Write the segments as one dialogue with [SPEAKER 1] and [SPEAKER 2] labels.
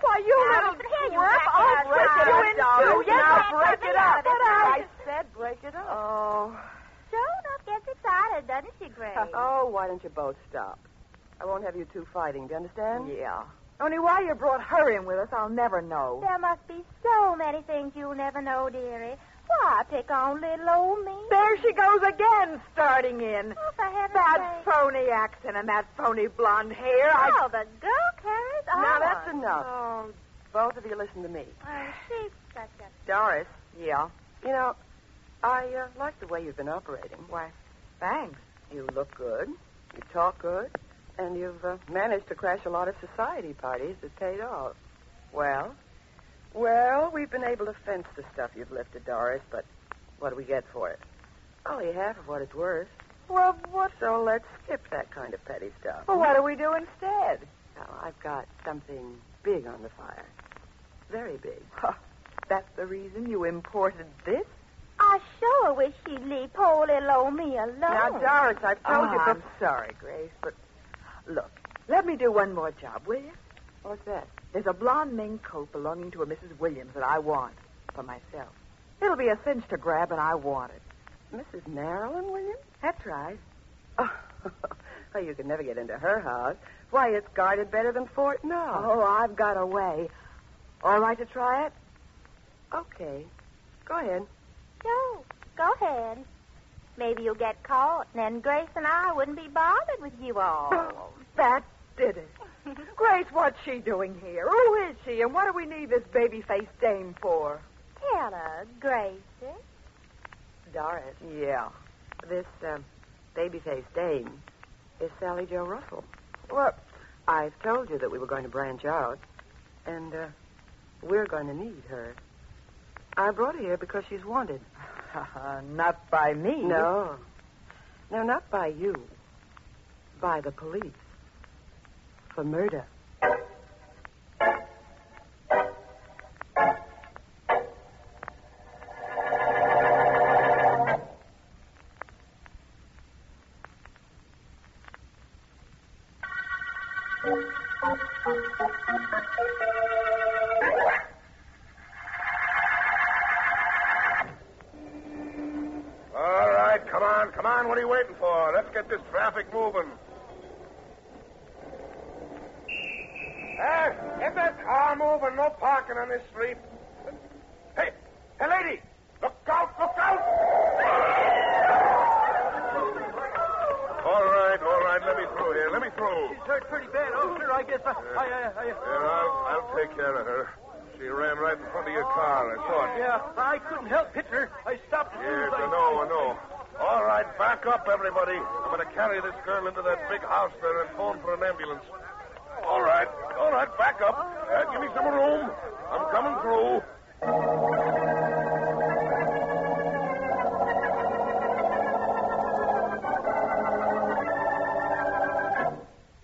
[SPEAKER 1] Why, you
[SPEAKER 2] Now,
[SPEAKER 1] little
[SPEAKER 2] here you
[SPEAKER 1] twerp.
[SPEAKER 2] back
[SPEAKER 1] I'll
[SPEAKER 2] out,
[SPEAKER 1] break you
[SPEAKER 2] darling.
[SPEAKER 1] in two.
[SPEAKER 2] Darling,
[SPEAKER 1] Yes,
[SPEAKER 2] now
[SPEAKER 1] I'll
[SPEAKER 2] break
[SPEAKER 1] break
[SPEAKER 2] it
[SPEAKER 1] it
[SPEAKER 2] up.
[SPEAKER 1] up.
[SPEAKER 2] But
[SPEAKER 1] I
[SPEAKER 2] I-
[SPEAKER 1] said break it up. Oh.
[SPEAKER 2] Joan gets excited, doesn't she, Grace?
[SPEAKER 3] Oh, why don't you both stop? I won't have you two fighting, do you understand?
[SPEAKER 1] Yeah. Only why you brought her in with us, I'll never know.
[SPEAKER 2] There must be so many things you'll never know, dearie. Why pick on little old me?
[SPEAKER 1] There she goes again, starting in.
[SPEAKER 2] Oh, for heaven's
[SPEAKER 1] That
[SPEAKER 2] sake.
[SPEAKER 1] phony accent and that phony blonde hair. I...
[SPEAKER 2] Oh, the girl carries on.
[SPEAKER 3] Now, that's enough.
[SPEAKER 1] Oh,
[SPEAKER 3] Both of you listen to me.
[SPEAKER 2] Oh, she's such a...
[SPEAKER 3] Doris. Yeah? You know, I uh, like the way you've been operating.
[SPEAKER 1] why, thanks.
[SPEAKER 3] You look good, you talk good, and you've uh, managed to crash a lot of society parties that paid off. Well, well, we've been able to fence the stuff you've lifted, Doris, but what do we get for it? Only half of what it's worth.
[SPEAKER 1] Well, what?
[SPEAKER 3] So let's skip that kind of petty stuff.
[SPEAKER 1] Well, what do we do instead?
[SPEAKER 3] Now, I've got something big on the fire. Very big.
[SPEAKER 1] That's the reason you imported this?
[SPEAKER 2] I sure wish she'd leave poor little old me alone.
[SPEAKER 3] Now, Doris, I've told
[SPEAKER 1] Oh,
[SPEAKER 3] you
[SPEAKER 1] I'm
[SPEAKER 3] before.
[SPEAKER 1] sorry, Grace, but look, let me do one more job, will you?
[SPEAKER 3] What's that?
[SPEAKER 1] There's a blonde mink coat belonging to a Mrs. Williams that I want for myself. It'll be a cinch to grab, and I want it.
[SPEAKER 3] Mrs. Marilyn Williams?
[SPEAKER 1] That's right.
[SPEAKER 3] Oh, well, you could never get into her house. Why, it's guarded better than Fort Knox.
[SPEAKER 1] Oh, I've got a way. All right to try it?
[SPEAKER 3] Oh. Okay. Go ahead.
[SPEAKER 2] Joe, go ahead. Maybe you'll get caught, and then Grace and I wouldn't be bothered with you all.
[SPEAKER 1] Oh, That did it. Grace, what's she doing here? Who is she, and what do we need this baby-faced dame for?
[SPEAKER 2] Tell her, Gracie.
[SPEAKER 3] Doris,
[SPEAKER 1] Yeah.
[SPEAKER 3] this um, baby-faced dame is Sally Joe Russell. Well, I've told you that we were going to branch out, and uh, we're going to need her. I brought her here because she's wanted.
[SPEAKER 1] Not by
[SPEAKER 3] Hmm?
[SPEAKER 1] me.
[SPEAKER 3] No. No, not by you. By the police. For murder.
[SPEAKER 4] All right, come on, come on. What are you waiting for? Let's get this traffic moving. Hey, get that car moving. No parking on this street. Hey, hey, lady. Look out, look out. All right, all right. Let me through here. Let me through.
[SPEAKER 5] She's hurt pretty bad, officer. I guess I. I, I, I-
[SPEAKER 4] Yeah, I'll, I'll take care of her. She ran right in front of your car. I saw it.
[SPEAKER 5] yeah, I couldn't help hitting her. I stopped as soon
[SPEAKER 4] Yes,
[SPEAKER 5] as I.
[SPEAKER 4] I know, I know. All right, back up, everybody. I'm going to carry this girl into that big house there and phone for an ambulance. All right, all right, back up. Uh, give me some room. I'm coming through.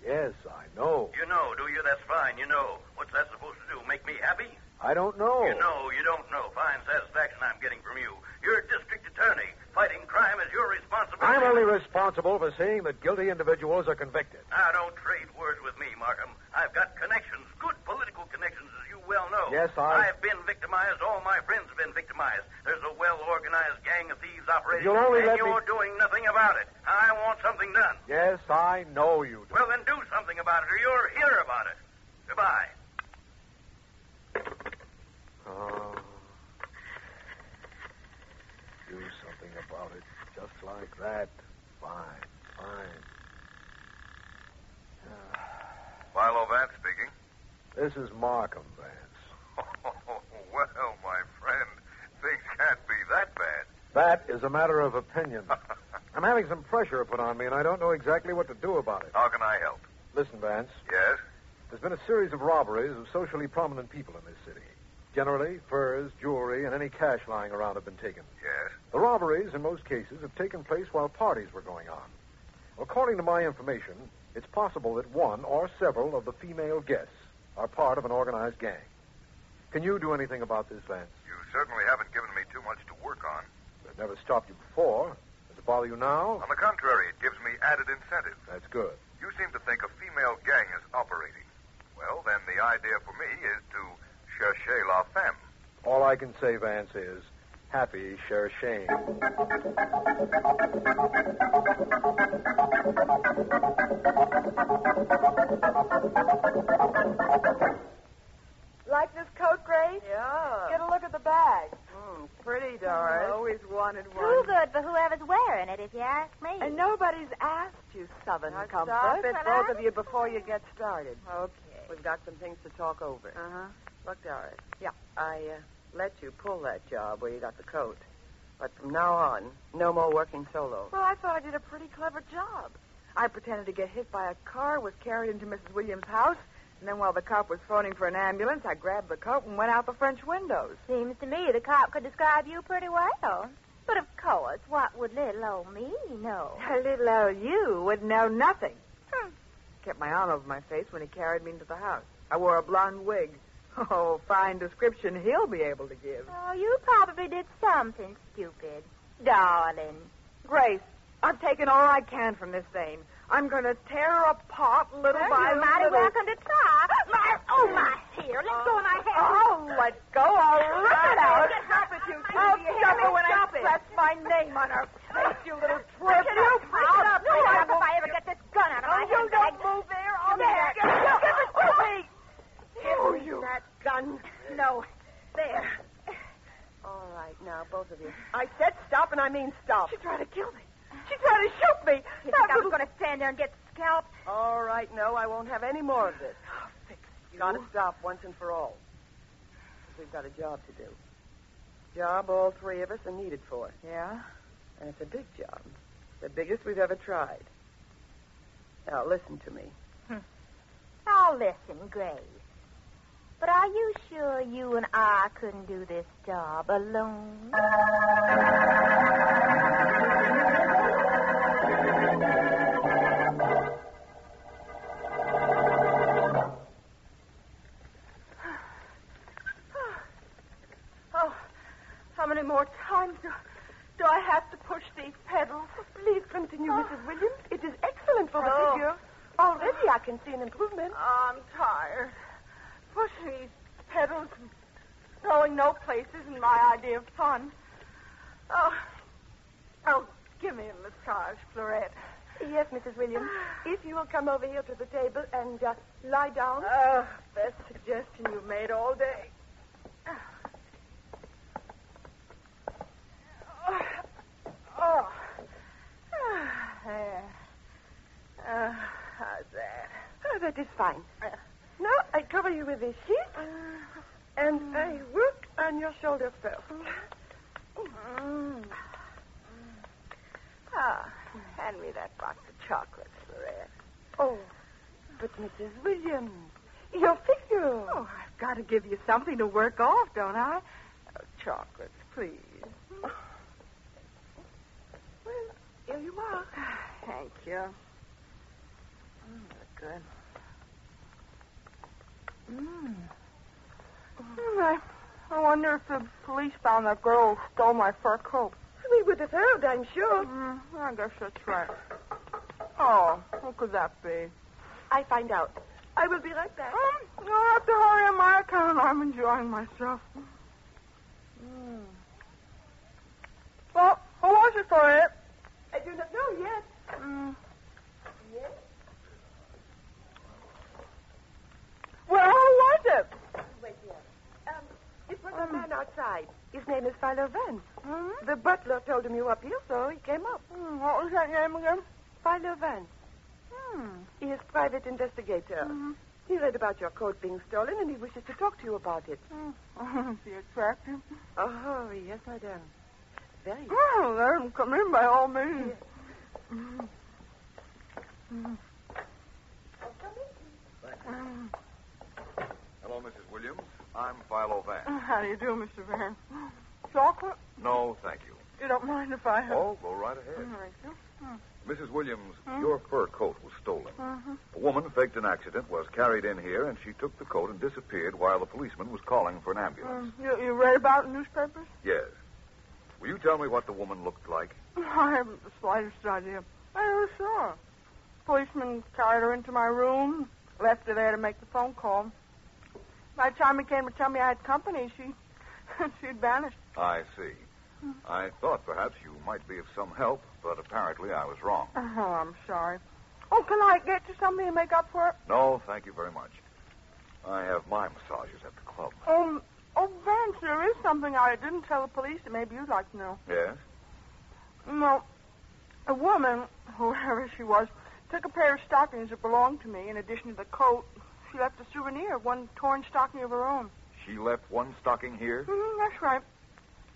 [SPEAKER 6] Yes, I know.
[SPEAKER 7] You know, do you? That's fine. You know. What's that supposed to do? Make me happy?
[SPEAKER 6] I don't know.
[SPEAKER 7] You know, you don't know. Fine satisfaction I'm getting from you. You're a district attorney. Fighting crime is your responsibility.
[SPEAKER 6] I'm only responsible for seeing that guilty individuals are convicted.
[SPEAKER 7] Now, don't trade words with me, Markham. I've got connections, good political connections, as you well know.
[SPEAKER 6] Yes, I-
[SPEAKER 7] I've been victimized. All my friends have been victimized. There's a well-organized gang of thieves operating.
[SPEAKER 6] You'll only
[SPEAKER 7] and
[SPEAKER 6] let me-
[SPEAKER 7] you're doing nothing about it. I want something done.
[SPEAKER 6] Yes, I know you do.
[SPEAKER 7] Well, then do something about it, or you'll hear about it. Goodbye.
[SPEAKER 6] Oh. Do something about it. Just like that. Fine, fine.
[SPEAKER 4] Philo Vance speaking.
[SPEAKER 6] This is Markham Vance.
[SPEAKER 4] well, my friend, things can't be that bad.
[SPEAKER 6] That is a matter of opinion. I'm having some pressure put on me, and I don't know exactly what to do about it.
[SPEAKER 4] How can I help?
[SPEAKER 6] Listen, Vance.
[SPEAKER 4] Yes?
[SPEAKER 6] There's been a series of robberies of socially prominent people in this city. Generally, furs, jewelry, and any cash lying around have been taken.
[SPEAKER 8] Yes.
[SPEAKER 6] The robberies, in most cases, have taken place while parties were going on. According to my information, it's possible that one or several of the female guests are part of an organized gang. Can you do anything about this, Vance?
[SPEAKER 8] You certainly haven't given me too much to work on.
[SPEAKER 6] It never stopped you before. Does it bother you now?
[SPEAKER 8] On the contrary, it gives me added incentive.
[SPEAKER 6] That's good.
[SPEAKER 8] You seem to think a female gang is operating. Well, then the idea for me is to chercher la femme.
[SPEAKER 6] All I can say, Vance, is happy share shame.
[SPEAKER 1] Like this coat, Grace?
[SPEAKER 3] Yeah.
[SPEAKER 1] Get a look at the bag.
[SPEAKER 3] Mm,
[SPEAKER 1] I
[SPEAKER 3] pretty, Doris.
[SPEAKER 1] always wanted
[SPEAKER 2] Too
[SPEAKER 1] one.
[SPEAKER 2] good for whoever's wearing it, if you ask me.
[SPEAKER 1] And nobody's asked you, Southern
[SPEAKER 3] Now,
[SPEAKER 1] Comfort.
[SPEAKER 3] stop it,
[SPEAKER 2] Comfort.
[SPEAKER 3] both of you, before you get started.
[SPEAKER 1] Okay.
[SPEAKER 3] We've got some things to talk over.
[SPEAKER 1] Uh-huh.
[SPEAKER 3] Look, Doris.
[SPEAKER 1] Yeah.
[SPEAKER 3] I uh, let you pull that job where you got the coat. But from now on, no more working solo.
[SPEAKER 1] Well, I thought I did a pretty clever job. I pretended to get hit by a car, was carried into Mrs. Williams' house, and then while the cop was phoning for an ambulance, I grabbed the coat and went out the French windows.
[SPEAKER 2] Seems to me the cop could describe you pretty well. But of course, what would little old me know?
[SPEAKER 1] little old you would know nothing.
[SPEAKER 2] Hmm.
[SPEAKER 1] Kept my arm over my face when he carried me into the house. I wore a blonde wig. Oh, fine description he'll be able to give.
[SPEAKER 2] Oh, you probably did something stupid. Darling.
[SPEAKER 1] Grace, I've taken all I can from this thing. I'm going to tear her apart little by
[SPEAKER 2] You're mighty
[SPEAKER 1] little.
[SPEAKER 2] welcome to try. My, oh, my dear, let go of my hair.
[SPEAKER 1] Oh, let go. I'll rip it out.
[SPEAKER 2] Get off it, you two.
[SPEAKER 1] I'll
[SPEAKER 2] Do you hear
[SPEAKER 1] suffer
[SPEAKER 2] me?
[SPEAKER 1] when
[SPEAKER 2] Stop
[SPEAKER 1] I
[SPEAKER 2] it.
[SPEAKER 1] press my name on her face, you little twerp.
[SPEAKER 2] Get
[SPEAKER 1] You
[SPEAKER 2] up.
[SPEAKER 1] pick
[SPEAKER 2] I'll
[SPEAKER 1] it up.
[SPEAKER 2] do
[SPEAKER 1] I
[SPEAKER 2] it if
[SPEAKER 1] won't-
[SPEAKER 2] I ever get this gun out of my
[SPEAKER 1] Oh, you
[SPEAKER 2] hand.
[SPEAKER 1] don't move there. I'll
[SPEAKER 2] There.
[SPEAKER 1] Give it to me.
[SPEAKER 3] Oh,
[SPEAKER 2] Give me that gun. No. There.
[SPEAKER 3] All right, now, both of you. I said stop, and I mean stop.
[SPEAKER 1] She tried to kill me. She tried to shoot me.
[SPEAKER 2] You
[SPEAKER 1] That
[SPEAKER 2] think I was
[SPEAKER 1] little...
[SPEAKER 2] going to stand there and get scalped?
[SPEAKER 3] All right, no, I won't have any more of this. You gotta stop once and for all. 'Cause We've got a job to do. Job all three of us are needed for.
[SPEAKER 1] Yeah?
[SPEAKER 3] And it's a big job. The biggest we've ever tried. Now, listen to me.
[SPEAKER 2] Now, listen, Grace. But are you sure you and I couldn't do this job alone?
[SPEAKER 9] Oh, how many more times do, do I have to push these pedals?
[SPEAKER 3] Please continue, Mrs. Williams. It is excellent for the
[SPEAKER 9] Oh.
[SPEAKER 3] figure. Already I can see an improvement.
[SPEAKER 9] I'm tired. Pushing these pedals and going no place isn't my idea of fun. Oh, oh, give me a massage, Florette.
[SPEAKER 3] Yes, Mrs. Williams. If you will come over here to the table and uh, lie down.
[SPEAKER 1] Oh, best suggestion you've made all day.
[SPEAKER 9] Oh, there. Uh, how's that?
[SPEAKER 3] Oh, that is fine. Now I cover you with this sheet, and I work on your shoulder first.
[SPEAKER 9] Mm. Ah, hand me that box of chocolates, Florette.
[SPEAKER 3] Oh, but Mrs. Williams, your figure.
[SPEAKER 1] Oh, I've got to give you something to work off, don't I?
[SPEAKER 9] Oh, chocolates, please.
[SPEAKER 1] Here you are.
[SPEAKER 9] Thank you. Mm, look good. Mm. Mm, I, I wonder if the police found that girl who stole my fur coat.
[SPEAKER 3] We would have heard, I'm sure.
[SPEAKER 9] Mm, I guess that's right. Oh, who could that be?
[SPEAKER 3] I find out. I will be right back.
[SPEAKER 9] Um, I'll have to hurry on my account. I'm enjoying myself. Mm. Well, who was it for it?
[SPEAKER 3] I do not know yet.
[SPEAKER 9] Mm. Well, who was it?
[SPEAKER 3] Um, It was a man outside. His name is Philo Vance. The butler told him you were up here, so he came up.
[SPEAKER 9] Mm, what was that name again?
[SPEAKER 3] Philo Vance.
[SPEAKER 9] Hmm.
[SPEAKER 3] He is private investigator. He read about your coat being stolen, and he wishes to talk to you about it.
[SPEAKER 9] Mm. Is he attractive?
[SPEAKER 3] Oh, yes, madame. Very.
[SPEAKER 9] Oh, let him come in by all means.
[SPEAKER 8] Hello, Mrs. Williams.
[SPEAKER 4] I'm Philo Van.
[SPEAKER 9] Oh, How do you do, Mr. Van? Chocolate?
[SPEAKER 4] No, thank you.
[SPEAKER 9] You don't mind if I have...
[SPEAKER 4] Oh, go right ahead.
[SPEAKER 9] Thank you.
[SPEAKER 4] Mrs. Williams,
[SPEAKER 9] Hmm?
[SPEAKER 4] your fur coat was stolen.
[SPEAKER 9] Mhm.
[SPEAKER 4] A woman faked an accident, was carried in here, and she took the coat and disappeared while the policeman was calling for an ambulance.
[SPEAKER 3] Um,
[SPEAKER 9] Mm, You, you read about it in newspapers?
[SPEAKER 4] Yes. Will you tell me what the woman looked like?
[SPEAKER 9] I haven't the slightest idea. I never saw her. Policeman carried her into my room, left her there to make the phone call. By the time he came to tell me I had company, she she'd vanished.
[SPEAKER 4] I see.
[SPEAKER 9] Mm.
[SPEAKER 4] I thought perhaps you might be of some help, but apparently I was wrong.
[SPEAKER 9] Oh, I'm sorry. Oh, can I get you something to make up for it?
[SPEAKER 4] No, thank you very much. I have my massages at the club.
[SPEAKER 9] Um, oh, Vance, there is something I didn't tell the police that maybe you'd like to know.
[SPEAKER 4] Yes?
[SPEAKER 9] No, a woman, whoever she was, took a pair of stockings that belonged to me in addition to the coat. She left a souvenir of one torn stocking of her own.
[SPEAKER 4] She left one stocking here?
[SPEAKER 9] Mm, that's right.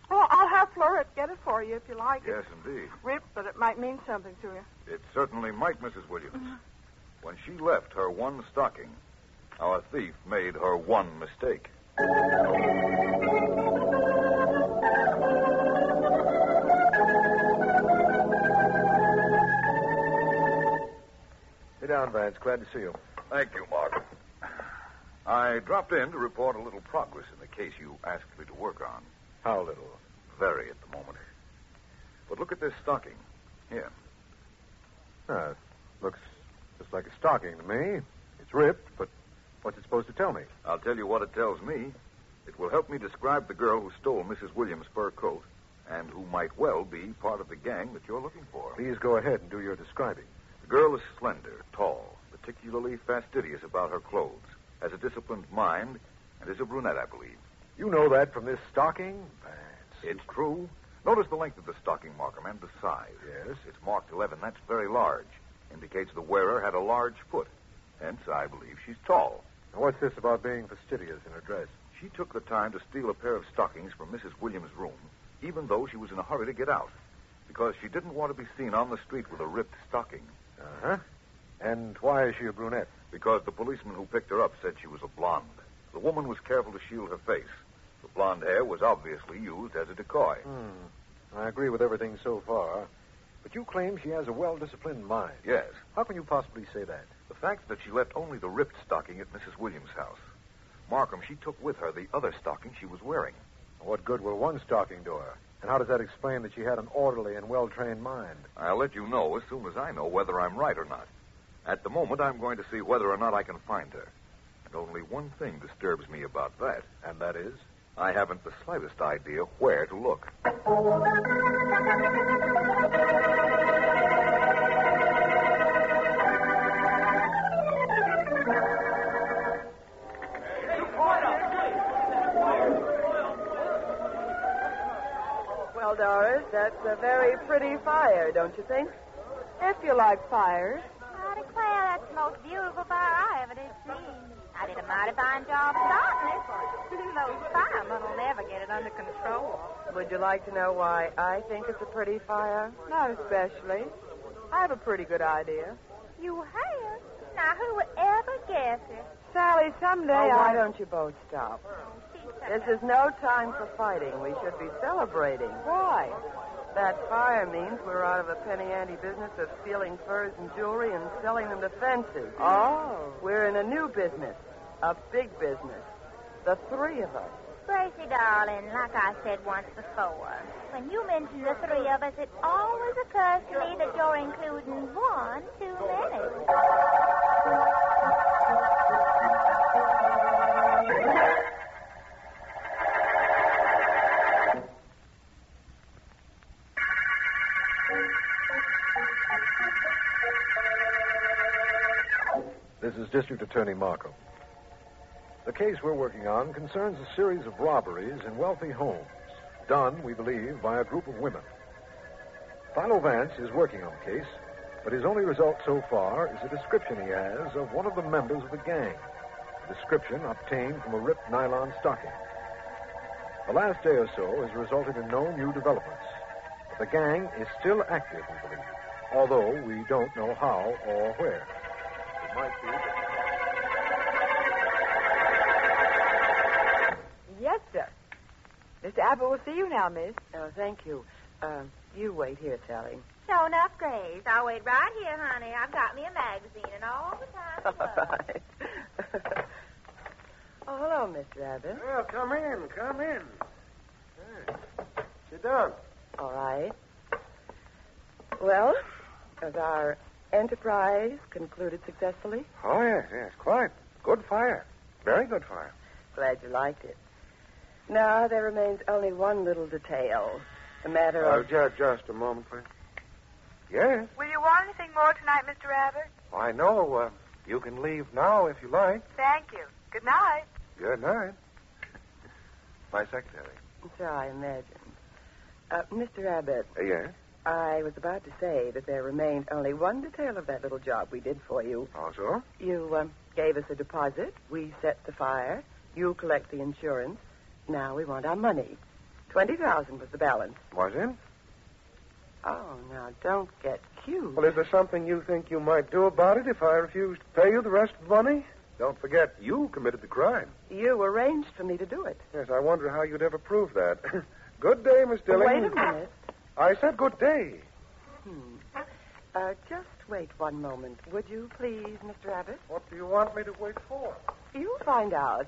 [SPEAKER 9] Well, I'll have Florette get it for you if you like.
[SPEAKER 4] Yes, indeed.
[SPEAKER 9] It's ripped, but it might mean something to you.
[SPEAKER 4] It certainly might, Mrs. Williams. When she left her one stocking, our thief made her one mistake.
[SPEAKER 6] Sit down, Vance. Glad to see you.
[SPEAKER 4] Thank you, Mark. I dropped in to report a little progress in the case you asked me to work on.
[SPEAKER 6] How little?
[SPEAKER 4] Very at the moment. But look at this stocking. Here.
[SPEAKER 6] Uh, looks just like a stocking to me. It's ripped, but what's it supposed to tell me?
[SPEAKER 4] I'll tell you what it tells me. It will help me describe the girl who stole Mrs. Williams' fur coat and who might well be part of the gang that you're looking for.
[SPEAKER 6] Please go ahead and do your describing.
[SPEAKER 4] The girl is slender, tall, particularly fastidious about her clothes, has a disciplined mind, and is a brunette, I believe.
[SPEAKER 6] You know that from this stocking, Vance.
[SPEAKER 4] It's true. Notice the length of the stocking, Markham, and the size.
[SPEAKER 6] Yes.
[SPEAKER 4] It's marked 11. That's very large. Indicates the wearer had a large foot. Hence, I believe she's tall.
[SPEAKER 6] Now, what's this about being fastidious in her dress?
[SPEAKER 4] She took the time to steal a pair of stockings from Mrs. Williams' room, even though she was in a hurry to get out, because she didn't want to be seen on the street with a ripped stocking,
[SPEAKER 6] Uh huh. And why is she a brunette?
[SPEAKER 4] because the policeman who picked her up said she was a blonde. The woman was careful to shield her face. The blonde hair was obviously used as a decoy.
[SPEAKER 6] Hmm. I agree with everything so far. But you claim she has a well disciplined mind.
[SPEAKER 4] Yes.
[SPEAKER 6] How can you possibly say that?
[SPEAKER 4] The fact that she left only the ripped stocking at Mrs. Williams' house. Markham, she took with her the other stocking she was wearing.
[SPEAKER 6] What good will one stocking do her? And how does that explain that she had an orderly and well trained mind?
[SPEAKER 4] I'll let you know as soon as I know whether I'm right or not. At the moment, I'm going to see whether or not I can find her. And only one thing disturbs me about that.
[SPEAKER 6] And that is?
[SPEAKER 4] I haven't the slightest idea where to look.
[SPEAKER 3] Well, Doris, that's a very pretty fire, don't you think?
[SPEAKER 1] If you like fires.
[SPEAKER 2] I declare that's the most beautiful fire I ever did see. I did a mighty fine job starting it. Those firemen will never get it under control.
[SPEAKER 3] Would you like to know why I think it's a pretty fire?
[SPEAKER 1] Not especially. I have a pretty good idea.
[SPEAKER 2] You have? Now, who would ever guess it?
[SPEAKER 1] Sally, someday
[SPEAKER 3] oh,
[SPEAKER 1] I...
[SPEAKER 3] why don't you both stop?
[SPEAKER 2] She's
[SPEAKER 3] This is no time for fighting. We should be celebrating. Why? That fire means we're out of the penny ante business of stealing furs and jewelry and selling them to fences.
[SPEAKER 9] Mm-hmm.
[SPEAKER 1] Oh.
[SPEAKER 3] We're in a new business, a big business. The three of us.
[SPEAKER 2] Gracie, darling, like I said once before, when you mention the three of us, it always occurs to me that you're including one too many.
[SPEAKER 6] This is District Attorney Markham. The case we're working on concerns a series of robberies in wealthy homes, done, we believe, by a group of women. Philo Vance is working on the case, but his only result so far is a description he has of one of the members of the gang, a description obtained from a ripped nylon stocking. The last day or so has resulted in no new developments. The gang is still active, we believe, although we don't know how or where. It might be.
[SPEAKER 1] Mr. Abbott will see you now, miss.
[SPEAKER 3] Oh, thank you. Uh, you wait here, Sally.
[SPEAKER 2] Show enough grace. I'll wait right here, honey. I've got me a magazine and all the time. in
[SPEAKER 3] All
[SPEAKER 2] the world.
[SPEAKER 3] right. oh, hello, Mr. Abbott.
[SPEAKER 5] Well, come in, come in. Hey, sit down.
[SPEAKER 3] All right. Well, has our enterprise concluded successfully?
[SPEAKER 6] Oh, yes, yes. Quite. Good fire. Very good fire.
[SPEAKER 3] Glad you liked it. Now, there remains only one little detail. The matter
[SPEAKER 5] Oh,
[SPEAKER 3] of...
[SPEAKER 5] just, just a moment, please.
[SPEAKER 6] Yes.
[SPEAKER 9] Will you want anything more tonight, Mr. Abbott?
[SPEAKER 5] I know. Uh, you can leave now if you like.
[SPEAKER 9] Thank you. Good night.
[SPEAKER 5] Good night. My secretary.
[SPEAKER 3] So I imagine. Uh, Mr. Abbott,
[SPEAKER 6] yes.
[SPEAKER 3] I was about to say that there remained only one detail of that little job we did for you.
[SPEAKER 6] Also?
[SPEAKER 3] You um, gave us a deposit. We set the fire. You collect the insurance. Now we want our money. Twenty thousand was the balance.
[SPEAKER 6] Was it?
[SPEAKER 3] Oh, now don't get cute.
[SPEAKER 6] is there something you think you might do about it if I refuse to pay you the rest of the money? Don't forget, you committed the crime.
[SPEAKER 3] You arranged for me to do it.
[SPEAKER 6] Yes, I wonder how you'd ever prove that. good day, Miss Dilling.
[SPEAKER 3] Wait a minute.
[SPEAKER 6] I said good day.
[SPEAKER 3] Hmm. Uh, just wait one moment, would you, please, Mr. Abbott?
[SPEAKER 6] What do you want me to wait for?
[SPEAKER 3] You'll find out.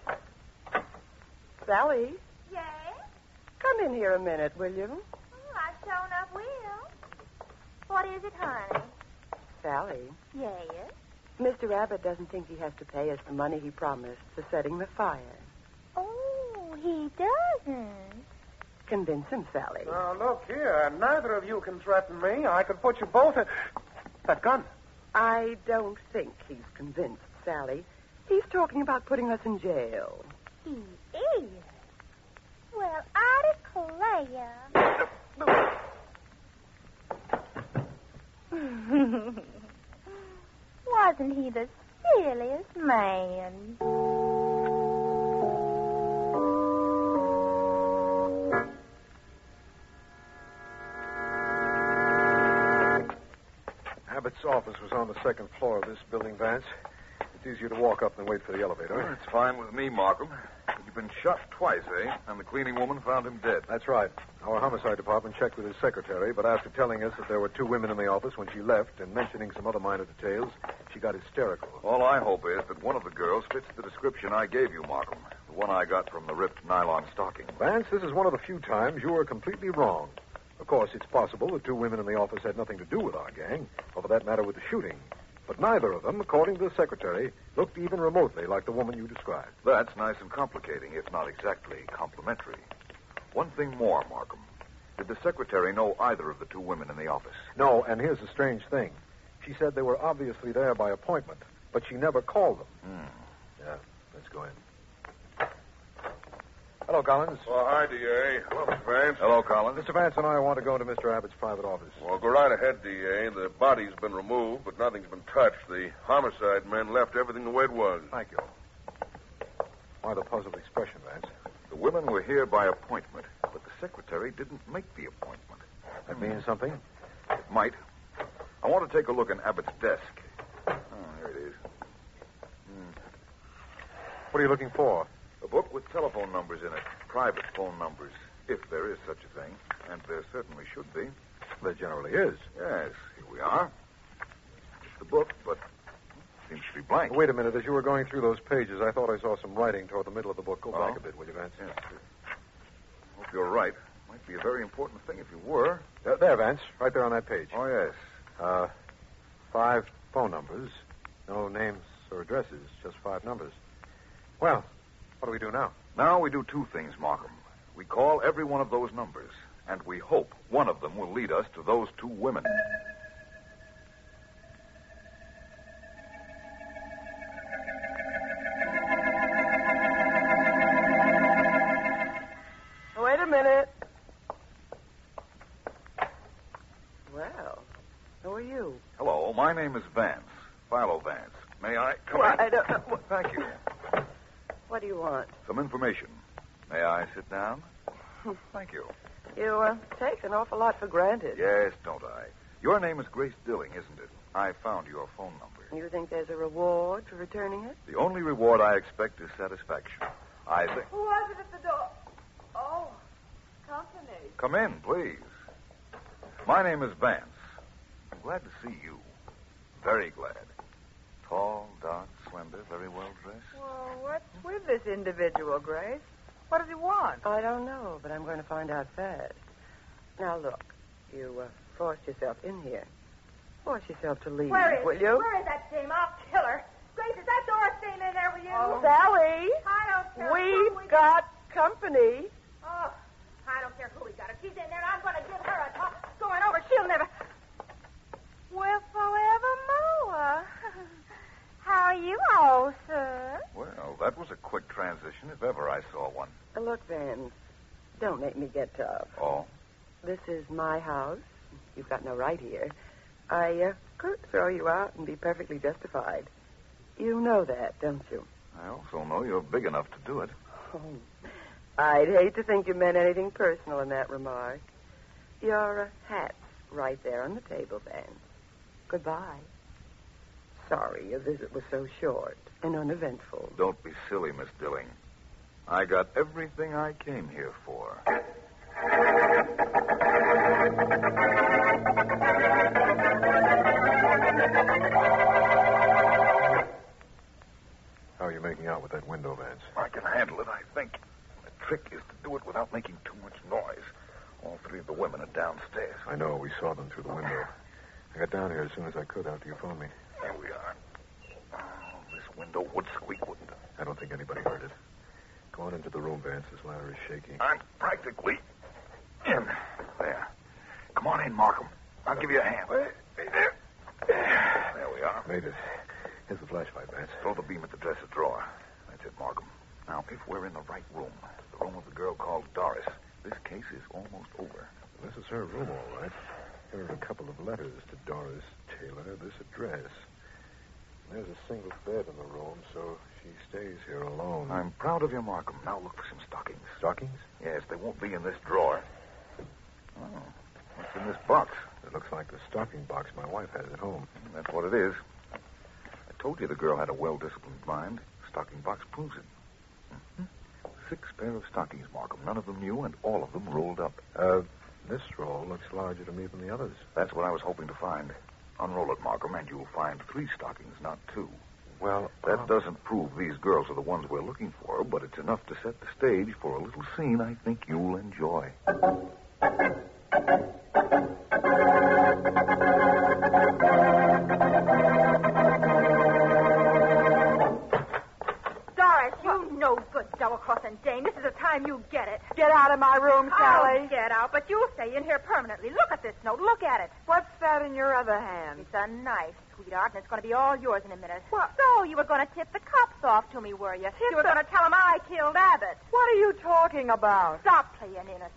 [SPEAKER 3] Sally,
[SPEAKER 2] Yes?
[SPEAKER 3] come in here a minute, will you?
[SPEAKER 2] Well, Oh, I show enough will. What is it, honey?
[SPEAKER 3] Sally,
[SPEAKER 2] Yes?
[SPEAKER 3] Mr. Abbott doesn't think he has to pay us the money he promised for setting the fire.
[SPEAKER 2] Oh, he doesn't.
[SPEAKER 3] Convince him, Sally.
[SPEAKER 5] Now, look here. Neither of you can threaten me. I could put you both in. That gun.
[SPEAKER 3] I don't think he's convinced, Sally. He's talking about putting us in jail.
[SPEAKER 2] He is. Well, I declare. Wasn't he the silliest man?
[SPEAKER 6] Abbott's office was on the second floor of this building, Vance. It's easier to walk up than wait for the elevator.
[SPEAKER 4] It's fine with me, Markham. You've been shot twice, eh? And the cleaning woman found him dead.
[SPEAKER 6] That's right. Our homicide department checked with his secretary, but after telling us that there were two women in the office when she left and mentioning some other minor details, she got hysterical.
[SPEAKER 4] All I hope is that one of the girls fits the description I gave you, Markham. The one I got from the ripped nylon stocking.
[SPEAKER 6] Vance, this is one of the few times you were completely wrong. Of course, it's possible the two women in the office had nothing to do with our gang, or for that matter with the shooting. But neither of them, according to the secretary, looked even remotely like the woman you described.
[SPEAKER 4] That's nice and complicating, if not exactly complimentary. One thing more, Markham. Did the secretary know either of the two women in the office?
[SPEAKER 6] No, and here's the strange thing. She said they were obviously there by appointment, but she never called them.
[SPEAKER 4] Hmm.
[SPEAKER 6] Let's go in. Hello, Collins.
[SPEAKER 8] Well, hi, DA. Hello, Vance.
[SPEAKER 4] Hello, Collins.
[SPEAKER 6] Mr. Vance and I want to go into Mr. Abbott's private office.
[SPEAKER 8] Well, go right ahead, DA. The body's been removed, but nothing's been touched. The homicide men left everything the way it was.
[SPEAKER 6] Thank you. Why the puzzled expression, Vance?
[SPEAKER 4] The women were here by appointment, but the secretary didn't make the appointment.
[SPEAKER 6] That means something?
[SPEAKER 4] It might. I want to take a look in Abbott's desk. Oh, here it is. Hmm.
[SPEAKER 6] What are you looking for?
[SPEAKER 4] A book with telephone numbers in it. Private phone numbers, if there is such a thing. And there certainly should be.
[SPEAKER 6] There generally is.
[SPEAKER 4] Yes, here we are. It's the book, but it seems to be blank.
[SPEAKER 6] Wait a minute. As you were going through those pages, I thought I saw some writing toward the middle of the book. Go
[SPEAKER 4] Oh.
[SPEAKER 6] back a bit, will you, Vance?
[SPEAKER 4] Yes. Hope you're right. Might be a very important thing if you were.
[SPEAKER 6] Uh, there, Vance. Right there on that page.
[SPEAKER 4] Oh, yes.
[SPEAKER 6] Uh, five phone numbers. No names or addresses, just five numbers. Well, what do we do now?
[SPEAKER 4] Now we do two things, Markham. We call every one of those numbers, and we hope one of them will lead us to those two women.
[SPEAKER 3] Wait a minute. Well, who are you?
[SPEAKER 4] Hello, my name is Vance, Philo Vance. May I come
[SPEAKER 3] Why,
[SPEAKER 4] in?
[SPEAKER 3] I don't know.
[SPEAKER 4] Thank you.
[SPEAKER 3] What do you want?
[SPEAKER 4] Some information. May I sit down? Thank you.
[SPEAKER 3] You uh, take an awful lot for granted.
[SPEAKER 4] Yes, don't I? Your name is Grace Dilling, isn't it? I found your phone number.
[SPEAKER 3] You think there's a reward for returning it?
[SPEAKER 4] The only reward I expect is satisfaction. I think.
[SPEAKER 9] Who was it at the door? Oh,
[SPEAKER 4] Come in, please. My name is Vance. I'm glad to see you. Very glad. Tall, dark, slender, very well dressed.
[SPEAKER 1] Well, what's with this individual, Grace? What does he want?
[SPEAKER 3] I don't know, but I'm going to find out fast. Now, look, you uh, forced yourself in here. Force yourself to leave,
[SPEAKER 9] Where is
[SPEAKER 3] will you?
[SPEAKER 9] Where is that dame? I'll kill her. Grace, is that Dorothy in there with you?
[SPEAKER 2] Oh,
[SPEAKER 1] Sally,
[SPEAKER 9] I don't care. who we
[SPEAKER 1] we've got company.
[SPEAKER 9] Oh, I don't care who we got her. She's in there. I'm going to give her a talk. Going over. She'll never.
[SPEAKER 2] Well, forevermore. How are you all, sir?
[SPEAKER 4] Well, that was a quick transition if ever I saw one.
[SPEAKER 3] Uh, Look, Vance, don't make me get tough.
[SPEAKER 4] Oh?
[SPEAKER 3] This is my house. You've got no right here. I uh, could throw you out and be perfectly justified. You know that, don't you?
[SPEAKER 4] I also know you're big enough to do it.
[SPEAKER 3] Oh, I'd hate to think you meant anything personal in that remark. Your uh, hat's right there on the table, Van. Goodbye. Sorry your visit was so short and uneventful.
[SPEAKER 4] Don't be silly, Miss Dilling. I got everything I came here for.
[SPEAKER 6] How are you making out with that window, Vance?
[SPEAKER 4] I can handle it, I think. The trick is to do it without making too much noise. All three of the women are downstairs.
[SPEAKER 6] I know. We saw them through the window. I got down here as soon as I could after you phoned me.
[SPEAKER 4] Here we are. Oh, this window would squeak, wouldn't it?
[SPEAKER 6] I don't think anybody heard it. Go on into the room, Vance. This ladder is shaky.
[SPEAKER 4] I'm practically in. There. Come on in, Markham. I'll give you a hand. There. There we are.
[SPEAKER 6] Made it. Here's the flashlight, Vance.
[SPEAKER 4] Throw the beam at the dresser drawer. That's it, Markham. Now, if we're in the right room, the room of the girl called Doris, this case is almost over.
[SPEAKER 6] This is her room, all right. Here are a couple of letters to Doris Taylor, this address. There's a single bed in the room, so she stays here alone.
[SPEAKER 4] I'm proud of you, Markham. Now look for some stockings.
[SPEAKER 6] Stockings?
[SPEAKER 4] Yes, they won't be in this drawer. Oh, what's in this box?
[SPEAKER 6] It looks like the stocking box my wife has at home.
[SPEAKER 4] That's what it is. I told you the girl had a well-disciplined mind. Stocking box proves it. Mhm. Six pair of stockings, Markham. None of them new, and all of them rolled up.
[SPEAKER 6] Uh, this roll looks larger to me than the others.
[SPEAKER 4] That's what I was hoping to find. Unroll it, Markham, and you'll find three stockings, not two.
[SPEAKER 6] Well,
[SPEAKER 4] That
[SPEAKER 6] uh,
[SPEAKER 4] doesn't prove these girls are the ones we're looking for, but it's enough to set the stage for a little scene I think you'll enjoy.
[SPEAKER 9] Doris, you no good double crossing dame. This is the time you get it.
[SPEAKER 1] Get out of my
[SPEAKER 2] Oh,
[SPEAKER 1] room, Sally.
[SPEAKER 9] I'll get out, but you'll stay in here permanently. Look at this note. Look at it.
[SPEAKER 1] What's that in your other hand?
[SPEAKER 2] It's a knife, sweetheart, and it's going to be all yours in a minute.
[SPEAKER 1] What?
[SPEAKER 2] So you were going to tip the cops off to me, were you? you were
[SPEAKER 1] the-
[SPEAKER 2] going to tell them I killed Abbott.
[SPEAKER 1] What are you talking about?
[SPEAKER 2] Stop playing innocent.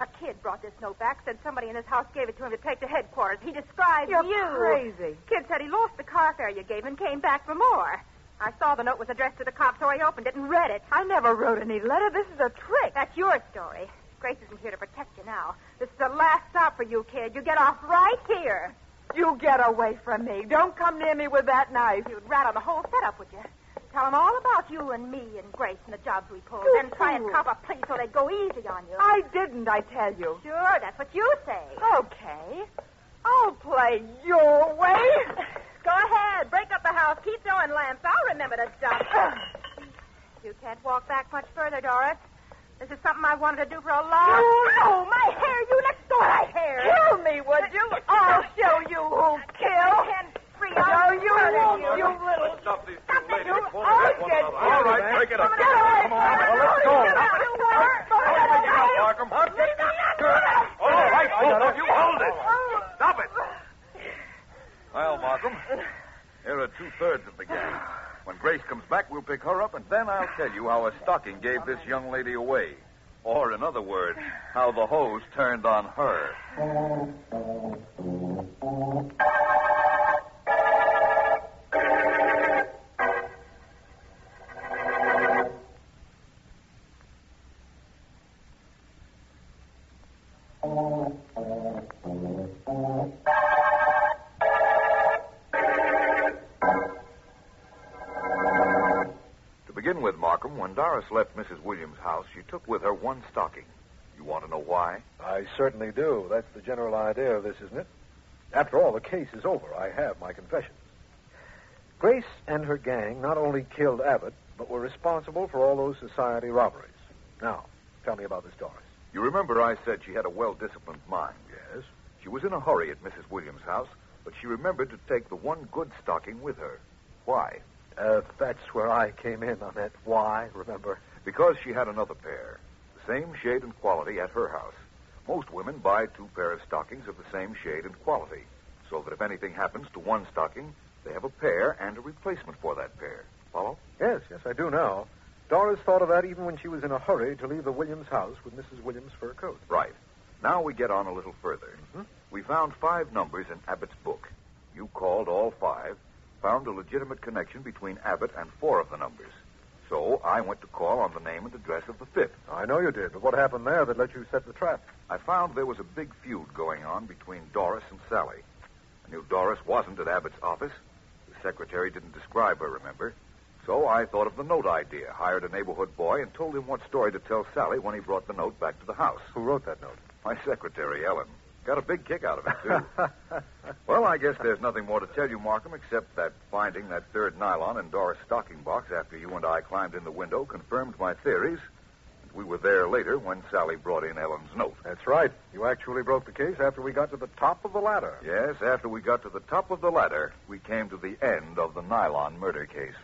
[SPEAKER 2] A kid brought this note back, said somebody in this house gave it to him to take to headquarters. He described
[SPEAKER 1] You're
[SPEAKER 2] you.
[SPEAKER 1] crazy.
[SPEAKER 2] Kid said he lost the car fare you gave him and came back for more. I saw the note was addressed to the cops, so I opened it and read it.
[SPEAKER 1] I never wrote any letter. This is a trick.
[SPEAKER 2] That's your story. Grace isn't here to protect you now. This is the last stop for you, kid. You get off right here.
[SPEAKER 1] You get away from me. Don't come near me with that knife.
[SPEAKER 2] You'd rat on the whole setup, would you? Tell them all about you and me and Grace and the jobs we pulled.
[SPEAKER 1] Good
[SPEAKER 2] Then try and
[SPEAKER 1] fool.
[SPEAKER 2] cop a plea so they go easy on you.
[SPEAKER 1] I didn't, I tell you.
[SPEAKER 2] Sure, that's what you say.
[SPEAKER 1] Okay. I'll play your way.
[SPEAKER 2] Go ahead. Break up the house. Keep throwing lamps. I'll remember to stop. you can't walk back much further, Doris. This is something I wanted to do for a long...
[SPEAKER 1] You-
[SPEAKER 2] Oh, my hair. You let go of my hair.
[SPEAKER 1] Kill me, would you? I'll show you who kill.
[SPEAKER 2] And free
[SPEAKER 1] No, you won't, you little...
[SPEAKER 8] Let's stop these
[SPEAKER 1] Stop
[SPEAKER 8] two
[SPEAKER 1] that,
[SPEAKER 8] ladies.
[SPEAKER 1] you-
[SPEAKER 8] before
[SPEAKER 1] I'll
[SPEAKER 8] they hit one
[SPEAKER 1] get
[SPEAKER 8] another.
[SPEAKER 1] you.
[SPEAKER 8] All right, break it up.
[SPEAKER 1] Get away
[SPEAKER 8] Come on,
[SPEAKER 1] from
[SPEAKER 8] now,
[SPEAKER 1] me.
[SPEAKER 8] let's go.
[SPEAKER 1] Get out of here.
[SPEAKER 8] Get out, Markham. All right, both of you hold it. Stop it.
[SPEAKER 4] Well, Markham, here are two thirds of the gang. When Grace comes back, we'll pick her up, and then I'll tell you how a stocking gave this young lady away. Or, in other words, how the hose turned on her. To begin with, Markham, when Doris left Mrs. Williams' house, she took with her one stocking. You want to know why?
[SPEAKER 6] I certainly do. That's the general idea of this, isn't it? After all, the case is over. I have my confessions. Grace and her gang not only killed Abbott, but were responsible for all those society robberies. Now, tell me about this, Doris.
[SPEAKER 4] You remember I said she had a well disciplined mind.
[SPEAKER 6] Yes.
[SPEAKER 4] She was in a hurry at Mrs. Williams' house, but she remembered to take the one good stocking with her. Why?
[SPEAKER 6] Uh, that's where I came in on that why, remember?
[SPEAKER 4] Because she had another pair, the same shade and quality at her house. Most women buy two pair of stockings of the same shade and quality, so that if anything happens to one stocking, they have a pair and a replacement for that pair. Follow?
[SPEAKER 6] Yes, yes, I do now. Doris thought of that even when she was in a hurry to leave the Williams house with Mrs. Williams' fur coat.
[SPEAKER 4] Right. Now we get on a little further.
[SPEAKER 6] Hmm?
[SPEAKER 4] We found five numbers in Abbott's book. You called all five, found a legitimate connection between Abbott and four of the numbers. So I went to call on the name and address of the fifth.
[SPEAKER 6] I know you did, but what happened there that let you set the trap?
[SPEAKER 4] I found there was a big feud going on between Doris and Sally. I knew Doris wasn't at Abbott's office. The secretary didn't describe her, remember? So I thought of the note idea, hired a neighborhood boy, and told him what story to tell Sally when he brought the note back to the house.
[SPEAKER 6] Who wrote that note?
[SPEAKER 4] My secretary, Ellen. Got a big kick out of it, too. well, I guess there's nothing more to tell you, Markham, except that finding that third nylon in Doris' stocking box after you and I climbed in the window confirmed my theories. And we were there later when Sally brought in Ellen's note.
[SPEAKER 6] That's right. You actually broke the case after we got to the top of the ladder.
[SPEAKER 4] Yes, after we got to the top of the ladder, we came to the end of the nylon murder case.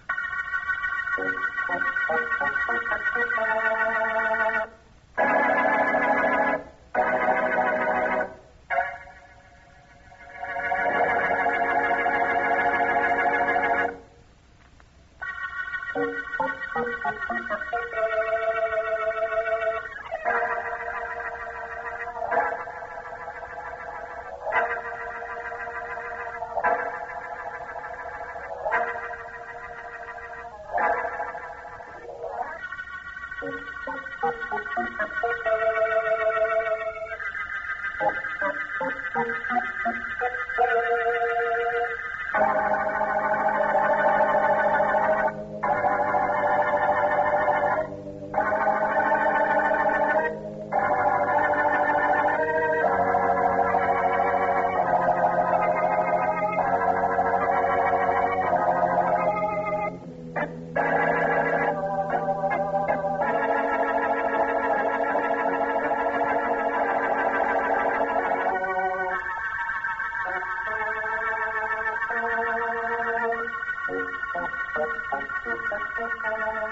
[SPEAKER 2] Thank you.